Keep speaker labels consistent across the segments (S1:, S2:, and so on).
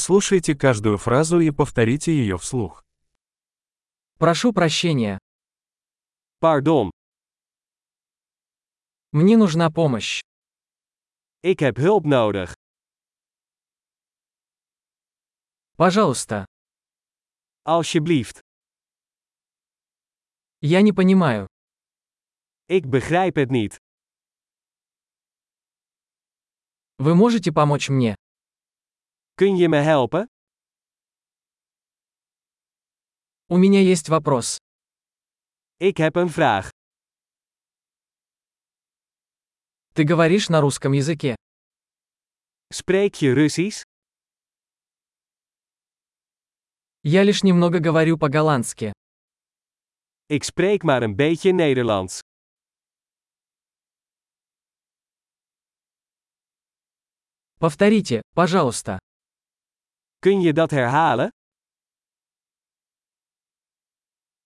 S1: Прослушайте каждую фразу и повторите ее вслух.
S2: Прошу прощения.
S3: Pardon,
S2: Мне нужна помощь.
S3: ik heb hulp nodig.
S2: Пожалуйста.
S3: Alsjeblieft.
S2: Я не понимаю.
S3: Ik begrijp het niet.
S2: Вы можете помочь мне?
S3: Kun je me helpen?
S2: У меня есть вопрос.
S3: Ik heb een vraag.
S2: Ты говоришь на русском языке.
S3: Spreek je Russisch?
S2: Я лишь немного говорю по-голландски.
S3: Ik spreek maar een beetje Nederlands.
S2: Повторите, пожалуйста.
S3: Kun je dat herhalen?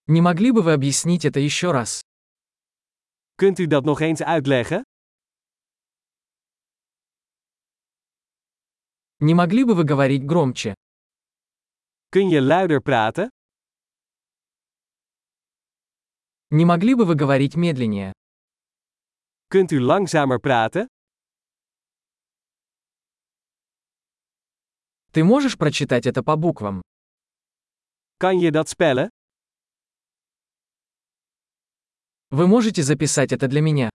S2: Не могли бы вы объяснить это еще раз?
S3: Kunt u dat nog eens uitleggen?
S2: Не могли бы вы говорить громче?
S3: Kun je luider praten?
S2: Не могли бы вы говорить медленнее?
S3: Kunt u langzamer praten?
S2: Ты можешь прочитать это по буквам?
S3: Kan je dat spellen?
S2: Вы можете записать это для меня?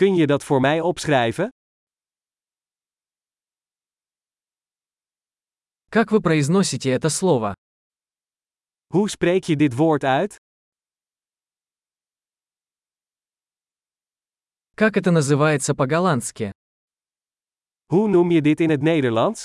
S3: Kun je dat voor mij opschrijven?
S2: Как вы произносите это слово?
S3: Hoe spreek je dit woord uit?
S2: Как это называется по-голландски?
S3: Hoe noem je dit in het Nederlands?